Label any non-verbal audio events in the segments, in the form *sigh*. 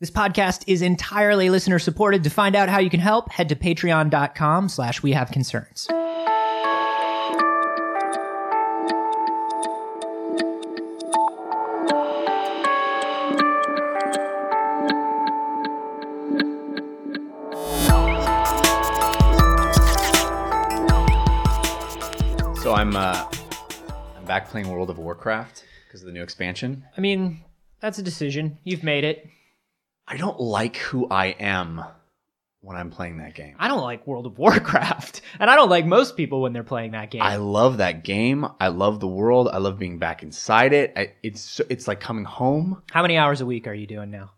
This podcast is entirely listener supported. To find out how you can help, head to patreon.com slash we have concerns. So I'm uh, I'm back playing World of Warcraft because of the new expansion. I mean, that's a decision. You've made it. I don't like who I am when I'm playing that game. I don't like World of *laughs* Warcraft, and I don't like most people when they're playing that game. I love that game. I love the world. I love being back inside it. I, it's so- it's like coming home. how many hours a week are you doing now?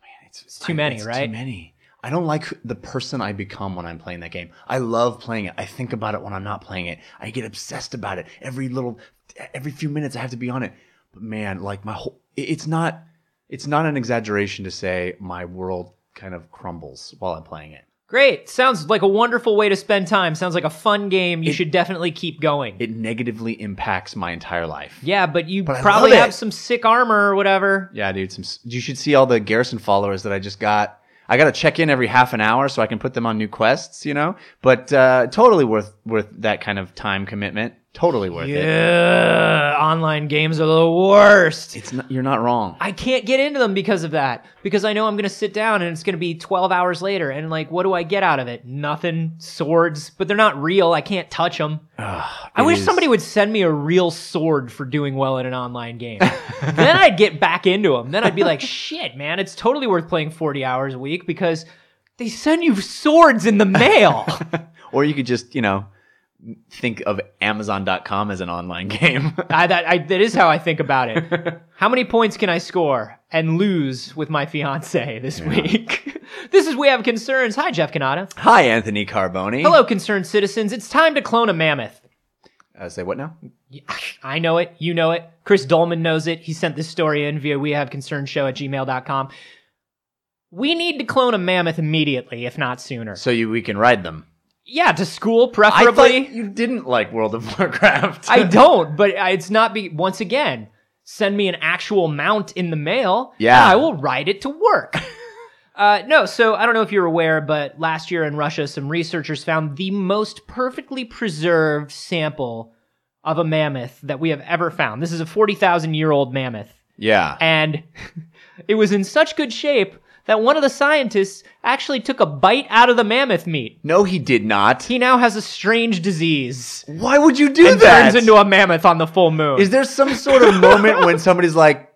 Man, it's, too many, it's right? Too many. I don't like the person I become when I'm playing that game. I love playing it. I think about it when I'm not playing it. I get obsessed about it. Every little, every few minutes, I have to be on it. But man, like my whole, it- it's not, it's not an exaggeration to say my world kind of crumbles while I'm playing it. Great. Sounds like a wonderful way to spend time. Sounds like a fun game. You should definitely keep going. It negatively impacts my entire life. yeah, but you I probably love have it. some sick armor or whatever. Yeah, dude. Some s- you should see all the Garrison followers that I just got. I got to check in every half an hour so I can put them on new quests, you know. But uh, totally worth worth that kind of time commitment. Totally worth it. Yeah, online games are the worst. It's not, you're not wrong. I can't get into them because of that. Because I know I'm going to sit down and it's going to be 12 hours later. And like, what do I get out of it? Nothing. Swords, but they're not real. I can't touch them. I It wish is- somebody would send me a real sword for doing well in an online *laughs* game. then I'd get back into them. Then I'd be like, shit, man, it's totally worth playing 40 hours a week because they send you swords in the mail. *laughs* *laughs* Or you could just you know think of Amazon.com as an online *laughs* game. I, that, I, that is how I think about *laughs* it. How many points can I score and lose with my fiance this week? *laughs* this is We Have Concerns. Hi, Jeff Canada. Hi, Anthony Carboni. Hello, concerned citizens. It's time to clone a mammoth. *sighs* Uh, say what now? I know it. You know it. Chris Dolman knows it. He sent this story in via we have concern show at gmail.com. We need to clone a mammoth immediately, if not sooner. So you we can ride them. Yeah, to school, I preferably. thought you didn't like World of Warcraft. *laughs* I don't, but I- it's not be once again. Send me an actual mount in the mail. Yeah. and I will ride it to *laughs* work. uh, no, so I don't know if you're aware, but last year in Russia, some researchers found the most perfectly preserved sample of a mammoth that we have ever found. This is a forty thousand year old mammoth, yeah. and *laughs* it was in such good shape that one of the scientists actually took a bite out of the mammoth meat. No, he did not. He now has a strange disease. Why would you do And that? turns into a mammoth on the full moon. Is there some sort of moment when somebody's like,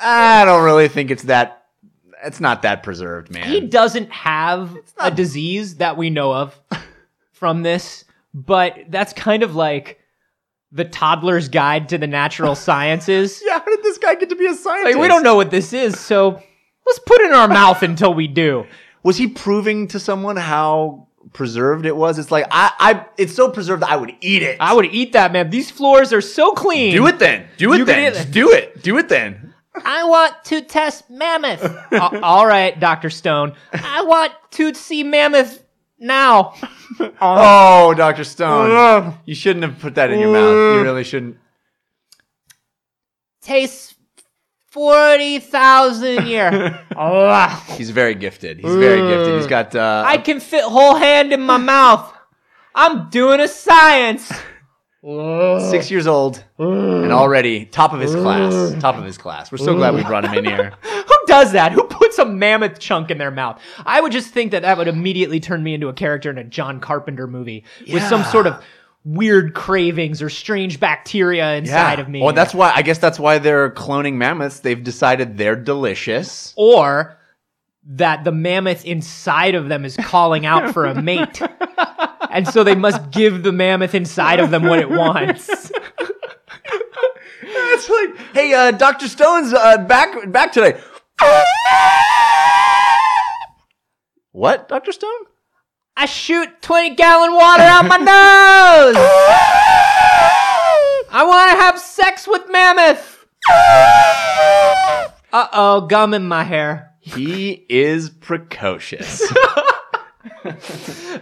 I don't really think it's that, it's not that preserved, man. he doesn't have a disease that we know of from this, but that's kind of like the toddler's guide to the *laughs* natural sciences. *laughs* yeah, how did this guy get to be a scientist? like, we don't know what this is, so let's put it in our mouth until we do. Was he proving to someone how preserved it was? It's like, I, I, it's so preserved that I would eat it. I would eat that, man. These floors are so clean. do it then. Do it You can eat then. it. Just do it. Do it then. I want to test *laughs* mammoth. A- all right, Dr. Stone. I want to see mammoth now. Oh, Dr. Stone. you shouldn't have put that in your mouth. You really shouldn't. Tastes 40,000 year. *laughs* Ugh. He's very gifted. He's very gifted. He's got, uh, I can fit whole hand in my mouth. I'm doing a science. six years old and already top of his class. Top of his class. We're so glad we brought him *laughs* in here. Who does that? Who puts a mammoth chunk in their mouth? I would just think that that would immediately turn me into a character in a John Carpenter movie with some Yeah. sort of weird cravings or strange bacteria inside of me. Well, that's why I guess that's why they're cloning mammoths. They've decided they're delicious. or that the mammoth inside of them is calling out for a *laughs* mate. and so they must give the mammoth inside of them what it wants. *laughs* It's like, hey, uh, Doctor Stone's uh, back back today. What, Doctor Stone? I shoot 20 gallon water out my nose! I want to have sex with mammoth! Uh oh, gum in my hair. He is *laughs* precocious.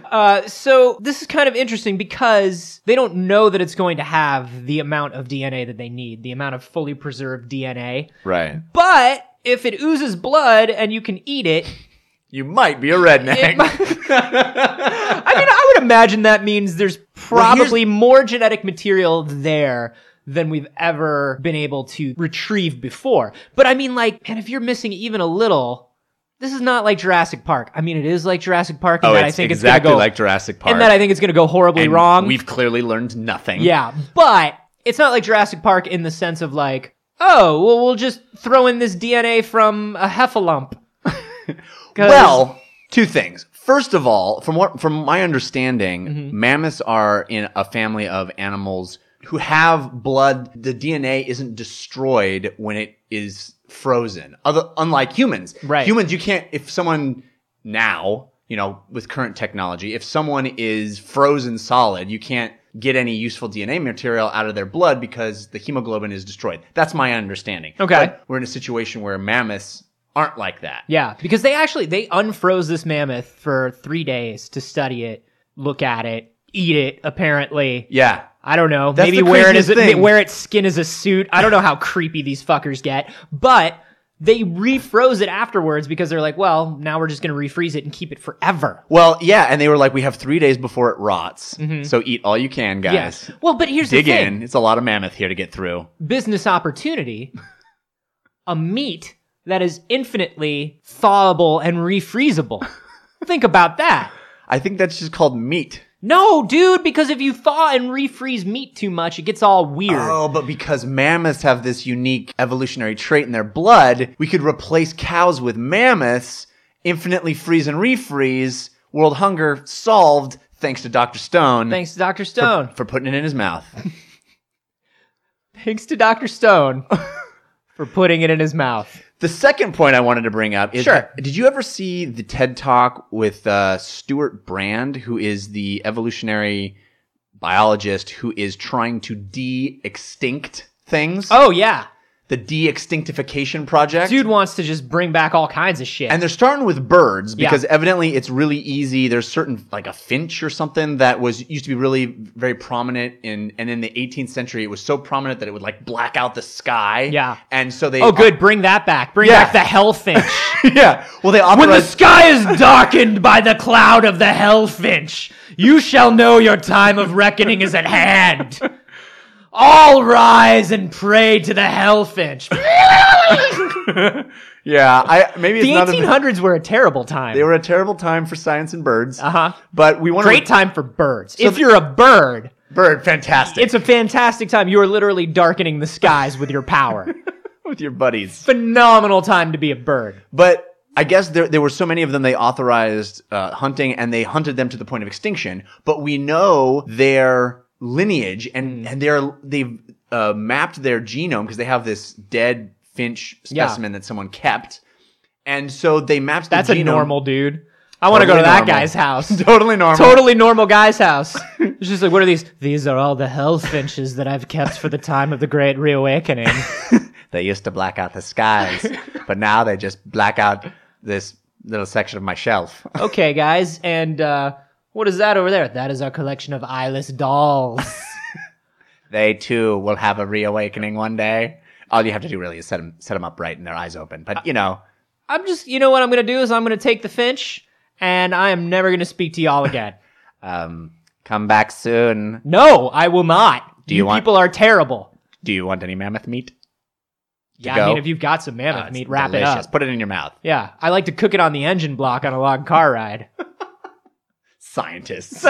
Uh, so this is kind of interesting because they don't know that it's going to have the amount of DNA that they need, the amount of fully preserved DNA. right. But if it oozes blood and you can eat it, You might be a redneck. it might- *laughs* I mean, I would imagine that means there's Well, here's- probably more genetic material there than we've ever been able to retrieve before. But I mean, like, man, if you're missing even a little, this is not like Jurassic Park. I mean, it is like Jurassic Park, and oh, *laughs* that I it's think it's exactly gonna go, like Jurassic Park. and that I think it's going to go horribly And wrong. We've clearly learned nothing. Yeah, but it's not like Jurassic Park in the sense of like, oh, well, we'll just throw in this DNA from a heffalump. 'Cause- Well, two things. First of all, from what from my understanding, Mm-hmm. mammoths are in a family of animals who have blood. The DNA isn't destroyed when it is frozen. Other, unlike humans, Right. Humans, you can't. If someone now, you know, with current technology, if someone is frozen solid, you can't get any useful DNA material out of their blood because the hemoglobin is destroyed. That's my understanding. Okay. But we're in a situation where mammoths aren't like that. yeah, because they actually they unfroze this mammoth for three days to study it, look at it, eat it. Apparently, Yeah. I don't know. That's maybe the wear it as craziest a, thing. wear its skin as a suit. I don't know how creepy these fuckers get, but. They refroze it afterwards because they're like, well, now we're just going to refreeze it and keep it forever. Well, yeah, and they were like, "We have three days before it rots, so eat all you can, guys. Mm-hmm. Yes. Well, but here's Dig the thing. in. It's a lot of mammoth here to get through." business opportunity a meat that is infinitely thawable and *laughs* refreezable. Think about that. I think that's just called meat. No, dude, because if you thaw and refreeze meat too much, it gets all weird. Oh, but because mammoths have this unique evolutionary trait in their blood, we could replace cows with mammoths, infinitely freeze and refreeze, world hunger solved thanks to Dr. Stone Thanks to Dr. Stone. for putting it in his mouth. Thanks to Dr. *laughs* Stone for putting it in his mouth. The second point I wanted to bring up is Sure. did you ever see the TED Talk with uh, Stuart Brand, who is the evolutionary biologist who is trying to de extinct things? Oh, yeah. The de extinctification project? Dude wants to just bring back all kinds of shit. And they're starting with birds Yeah. because evidently it's really easy. There's certain like a finch or something that was used to be really very prominent in and in the 18th century it was so prominent that it would like black out the sky. Yeah. And so they oh, good. Bring that back. Bring Yeah. back the hellfinch. *laughs* yeah. Well they *laughs* When the authorized- sky is darkened by the cloud of the hellfinch, you shall know your time of reckoning is at hand. All rise and pray to the hellfinch. Yeah, I maybe it's The not. A, 1800s were a terrible time. they were a terrible time for science and birds. uh huh. But we want Great time for birds. if you're a bird, bird, fantastic. it's a fantastic time. You are literally darkening the skies with your *laughs* power. with your buddies. Phenomenal time to be a bird. But I guess there there were so many of them they authorized uh, hunting and they hunted them to the point of extinction. But we know their lineage and Mm. and they're they've uh, mapped their genome because they have this dead finch Yeah. specimen that someone kept, and so they mapped. That's the a genome. normal dude. I want to go Totally to that normal. guy's *laughs* house. Totally normal. totally normal guy's house. *laughs* It's just like, what are these? These are all the hellfinches that I've kept for the time of the Great Reawakening. They used to black out the skies, but now they just black out this little section of my shelf. *laughs* okay, guys, and uh, what is that over there? That is our collection of eyeless *laughs* dolls. They too will have a reawakening one day. All you have to do really is set them, set them up right and their eyes open. But you know, I'm just, you know what I'm gonna do is I'm gonna take the finch, and I am never gonna speak to y'all again. um, come back soon. No, I will not. Do you want- people are terrible. Do you want any mammoth meat? Yeah, go? I mean, if you've got some Oh, mammoth it's meat, wrap delicious. it up. Put it in your mouth. Yeah, I like to cook it on the engine block on a long car ride. *laughs* Scientists.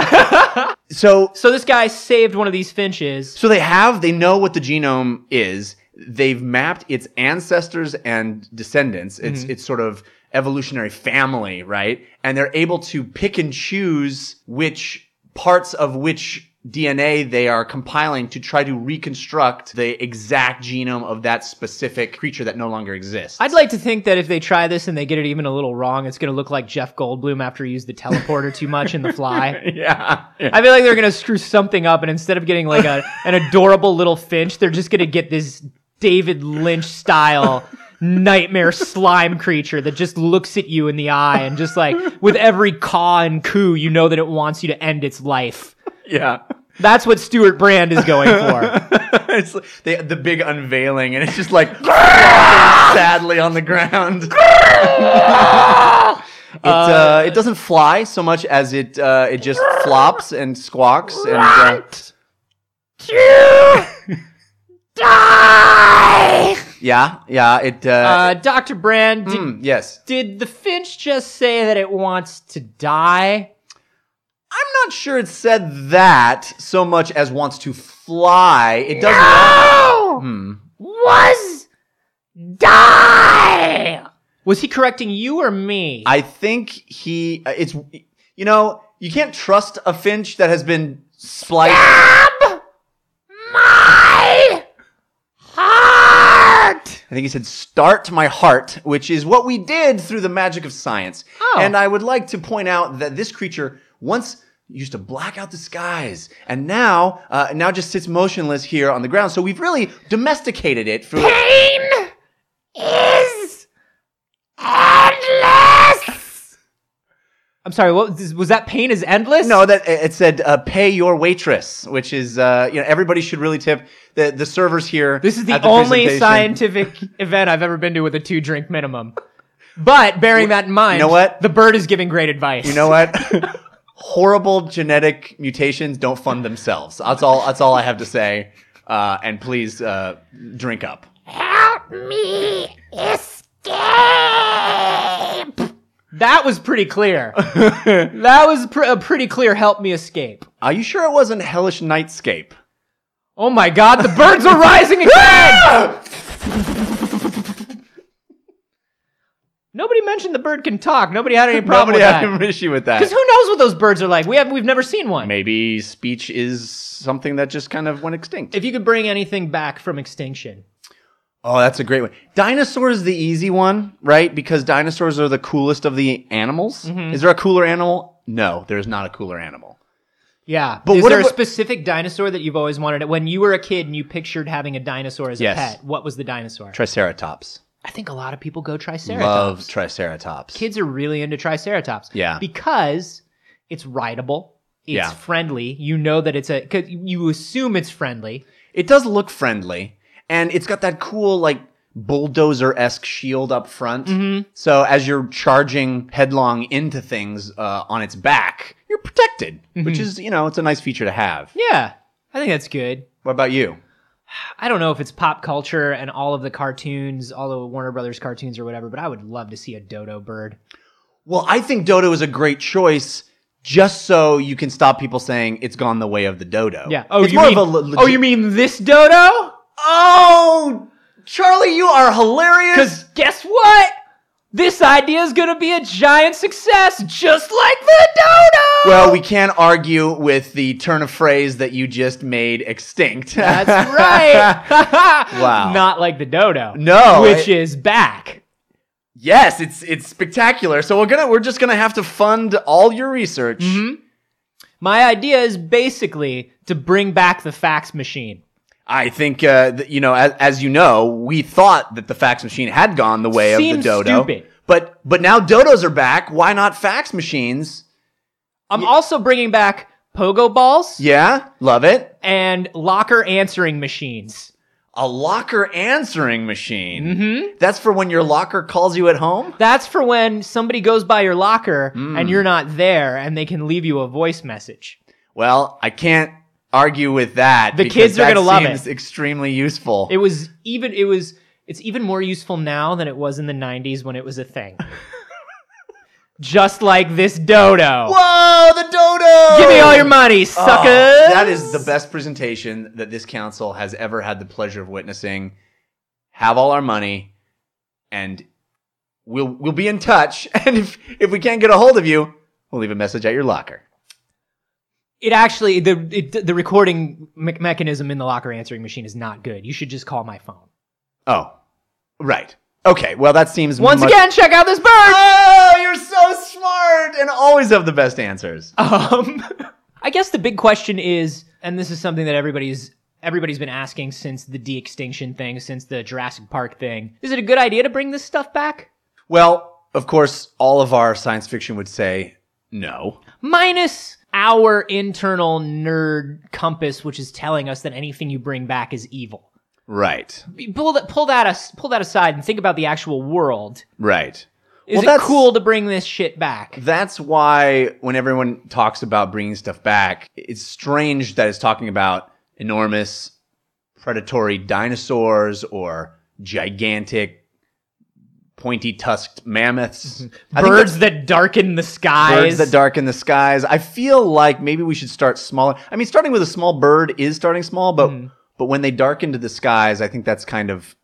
so, So this guy saved one of these finches. so they have. They know what the genome is. They've mapped its ancestors and descendants. It's it's sort of evolutionary family, right? And they're able to pick and choose which parts of which DNA they are compiling to try to reconstruct the exact genome of that specific creature that no longer exists. I'd like to think that if they try this and they get it even a little wrong, it's going to look like Jeff Goldblum after he used the teleporter too much in The *laughs* Fly. *laughs* yeah. yeah. I feel like they're going to screw something up, and instead of getting like *laughs* a, an adorable little finch, they're just going to get this David Lynch style nightmare slime creature that just looks at you in the eye and just like with every caw and coo, you know that it wants you to end its life. yeah. That's what Stuart Brand is going for. *laughs* it's like they, the big unveiling, and it's just *laughs* like sadly on the *laughs* ground. it, uh, it doesn't fly so much as it uh, it just flops and squawks and. Uh, yeah, yeah. It. Uh, Uh, Dr. Brand, did, mm, yes. did the Finch just say that it wants to die? I'm not sure it said that so much as wants to fly. It doesn't. Hmm. Was die. Was he correcting you or me? I think he. uh, It's you know you can't trust a finch that has been spliced. my heart. I think he said start my heart, which is what we did through the magic of science. Oh. And I would like to point out that this creature once used to black out the skies and now uh, now just sits motionless here on the ground. So we've really domesticated it for Pain is endless. I'm sorry. What was was that? Pain is endless. No, that it said uh, pay your waitress, which is uh, you know everybody should really tip the the servers here. This is the, at only presentation- *laughs* scientific event I've ever been to with a two drink minimum. But bearing that in mind, know what? The bird is giving great advice. You know what? *laughs* Horrible genetic mutations don't fund themselves. That's all. That's all I have to say. Uh, and please uh, drink up. Help me escape. That was pretty *laughs* clear. that was pr- a pretty clear. Help me escape. Are you sure it wasn't hellish *laughs* nightscape? Oh my God! The birds are *laughs* rising again. Nobody mentioned the bird can talk. Nobody had any problem Probably with have that. an issue with that. Because who knows what those birds are like? We have we've never seen one. Maybe speech is something that just kind of went extinct. If you could bring anything back from extinction, Oh, that's a great one. Dinosaurs is the easy one, right? Because dinosaurs are the coolest of the animals. Mm-hmm. Is there a cooler animal? No, there's not a cooler animal. yeah. But is what there about- a specific dinosaur that you've always wanted? When you were a kid and you pictured having a dinosaur as Yes. a pet, what was the dinosaur? Triceratops. I think a lot of people go Triceratops. Love Triceratops. Kids are really into Triceratops. Yeah. because it's rideable. It's Yeah. friendly. You know that it's a. Cause you assume it's friendly. It does look friendly, and it's got that cool like bulldozer esque shield up front. Mm-hmm. So as you're charging headlong into things uh, on its back, you're protected, which is you know it's a nice feature to have. Mm-hmm. Yeah, I think that's good. What about you? I don't know if it's pop culture and all of the cartoons, all the Warner Brothers cartoons or whatever, but I would love to see a dodo bird. Well, I think dodo is a great choice. Just so you can stop people saying it's gone the way of the dodo. Yeah. Oh, it's you more mean, of a. le- oh, you mean this dodo? Oh, Charlie, you are hilarious. Because guess what? This idea is gonna be a giant success, just like the dodo. Well, we can't argue with the turn of phrase that you just made extinct. *laughs* That's right. Wow. Not like the dodo. No, Which it- is back. Yes, it's it's spectacular. So we're gonna we're just gonna have to fund all your research. Mm-hmm. My idea is basically to bring back the fax machine. I think uh, that, you know, as, as you know, we thought that the fax machine had gone the way Seems of the dodo. stupid. But but now dodos are back. Why not fax machines? I'm also bringing back pogo balls Yeah, love it. and locker answering machines. A locker answering machine. Mm-hmm. That's for when your locker calls you at home. That's for when somebody goes by your locker Mm. and you're not there and they can leave you a voice message. Well, I can't argue with that. The because kids are that gonna love it. seems Extremely useful. It was even it was it's even more useful now than it was in the 90s when it was a *laughs* thing. Just like this dodo. Whoa, the dodo! Give me all your money, Oh, sucker. that is the best presentation that this council has ever had the pleasure of witnessing. Have all our money, and we'll we'll be in touch. *laughs* And if if we can't get a hold of you, we'll leave a message at your locker. It actually the it, the recording me- mechanism in the locker answering machine is not good. You should just call my phone. Oh, right. Okay. Well, that seems Once much- again, check out this bird. Oh, you're so smart and always have the best answers. *laughs* Um, *laughs* I guess the big question is, and this is something that everybody's everybody's been asking since the de-extinction thing, since the Jurassic Park thing. Is it a good idea to bring this stuff back? Well, of course, all of our science fiction would say no. Minus our internal nerd compass, which is telling us that anything you bring back is evil. Right. Pull that, pull that, as- pull that aside and think about the actual world. Right. Is Well, it that's- cool to bring this shit back? That's why when everyone talks about bringing stuff back, it's strange that it's talking about enormous predatory dinosaurs or gigantic pointy *laughs* tusked mammoths. I think birds that darken the skies. birds that darken the skies. I feel like maybe we should start smaller. I mean, starting with a small bird is starting small, but Hmm. but when they darken to the skies, I think that's kind of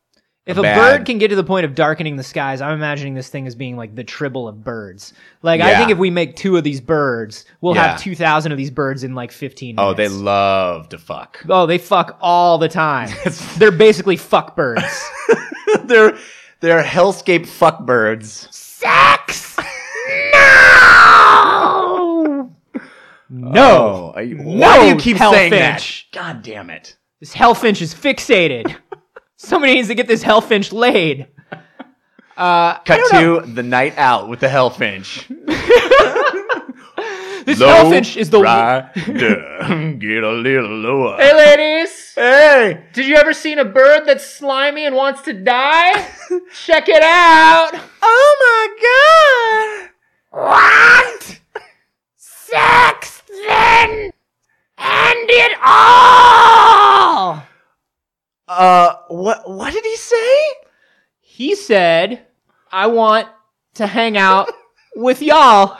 if a bad. bird can get to the point of darkening the skies, I'm imagining this thing as being like the tribble of birds. Like I Yeah. think if we make two of these birds, we'll Yeah. have two thousand of these birds in like fifteen. oh, they minutes. love to fuck. oh they fuck all the time. They're basically fuck *laughs* birds. *laughs* they're they're hellscape fuck birds. Sex. No. No. Oh, are you- No, why do you keep Hellfinch. saying that? God damn it! This hellfinch is *laughs* fixated. Somebody needs to get this hellfinch laid. Cut to the night out with the *laughs* hellfinch. This hellfinch is the. *laughs* rider, get a little lower. Hey, ladies. Hey, Did you ever seen a bird that's slimy and wants to *laughs* die? Check it out. oh my god! What? Sex then? End it all! Uh, what what did he say? He said, I want to hang *laughs* out with y'all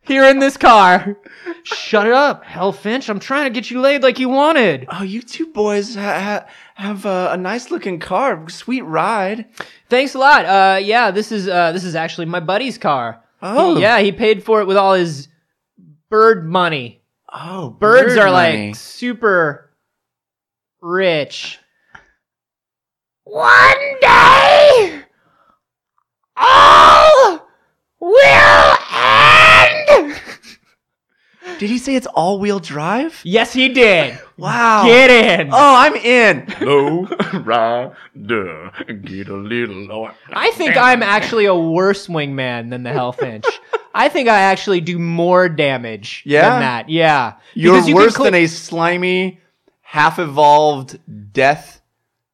here in this car. Shut it up, Hellfinch. I'm trying to get you laid like you wanted. Oh, you two boys ha- ha- have uh, a nice looking car, sweet ride. Thanks a lot. Uh, yeah, this is uh, this is actually my buddy's car. Oh, yeah, he paid for it with all his bird money. Oh, Birds bird are money. like super rich. One day, all will end. Did he say it's all wheel drive? Yes, he did. Wow. Get in. oh, I'm in. low rider, get a little lower. I think I'm actually a worse wingman than the *laughs* Hellfinch. I think I actually do more damage Yeah? than that. Yeah. You're Because you can worse cl- than a slimy, half evolved death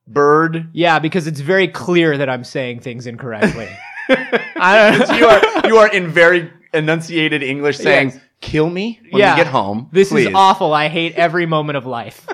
bird. *laughs* Yeah, because it's very clear that I'm saying things *laughs* incorrectly. I don't You are you are in very enunciated English saying, Yes. "Kill me when Yeah. we get home." This please. is awful. I hate every moment of life.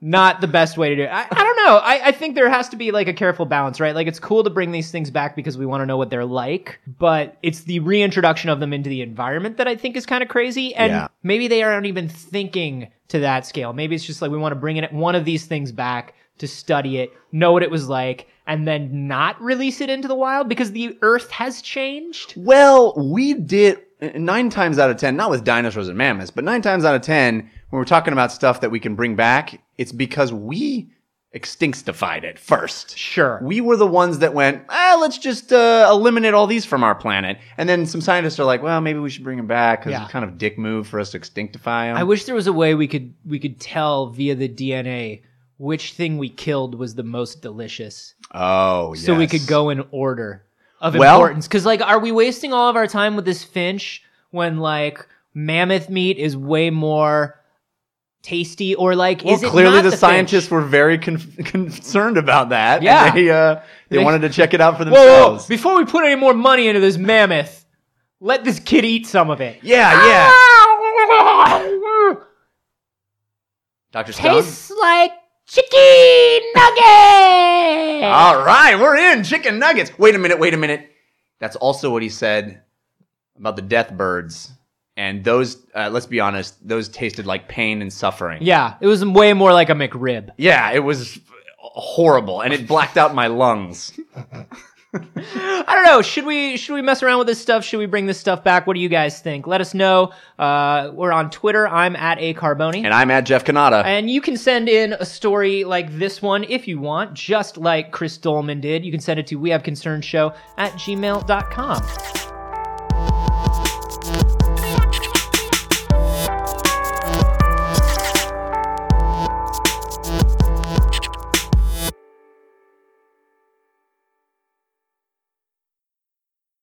Not the best way to do it. I, I don't know. I, I think there has to be like a careful balance, right? Like it's cool to bring these things back because we want to know what they're like, but it's the reintroduction of them into the environment that I think is kind of crazy. And Yeah. maybe they aren't even thinking to that scale. Maybe it's just like we want to bring in one of these things back to study it, know what it was like, and then not release it into the wild because the earth has changed. Well, we did nine times out of ten, not with dinosaurs and mammoths, but nine times out of ten, when we're talking about stuff that we can bring back, it's because we extinctified it first. Sure. We were the ones that went, ah, let's just uh, eliminate all these from our planet. And then some scientists are like, well, maybe we should bring them back because Yeah. it's kind of dick move for us to extinctify them. I wish there was a way we could we could tell via the DNA which thing we killed was the most delicious, oh, so we yes. could go in order of Well- importance. Because like, are we wasting all of our time with this finch when like mammoth meat is way more tasty? Or like, Well, is it clearly not the, the scientists Finch? were very con- concerned about that. and Yeah. they uh, they They- wanted to check it out for Whoa, whoa, themselves. Before we put any more money into this mammoth, let this kid eat some of it. Yeah, yeah. Doctor Stone. like *laughs* chicken nuggets. All right, we're in chicken nuggets. Wait a minute, wait a minute. That's also what he said about the death birds. And those, uh, let's be honest, those tasted like pain and suffering. Yeah, it was way more like a McRib. Yeah, it was horrible, and it blacked out my lungs. I don't know. Should we should we mess around with this stuff? Should we bring this stuff back? What do you guys think? Let us know. Uh, we're on Twitter. I'm at a carboni. And I'm at Jeff Canada. And you can send in a story like this one if you want, just like Chris Dolman did. You can send it to we have concern show at gmail.com.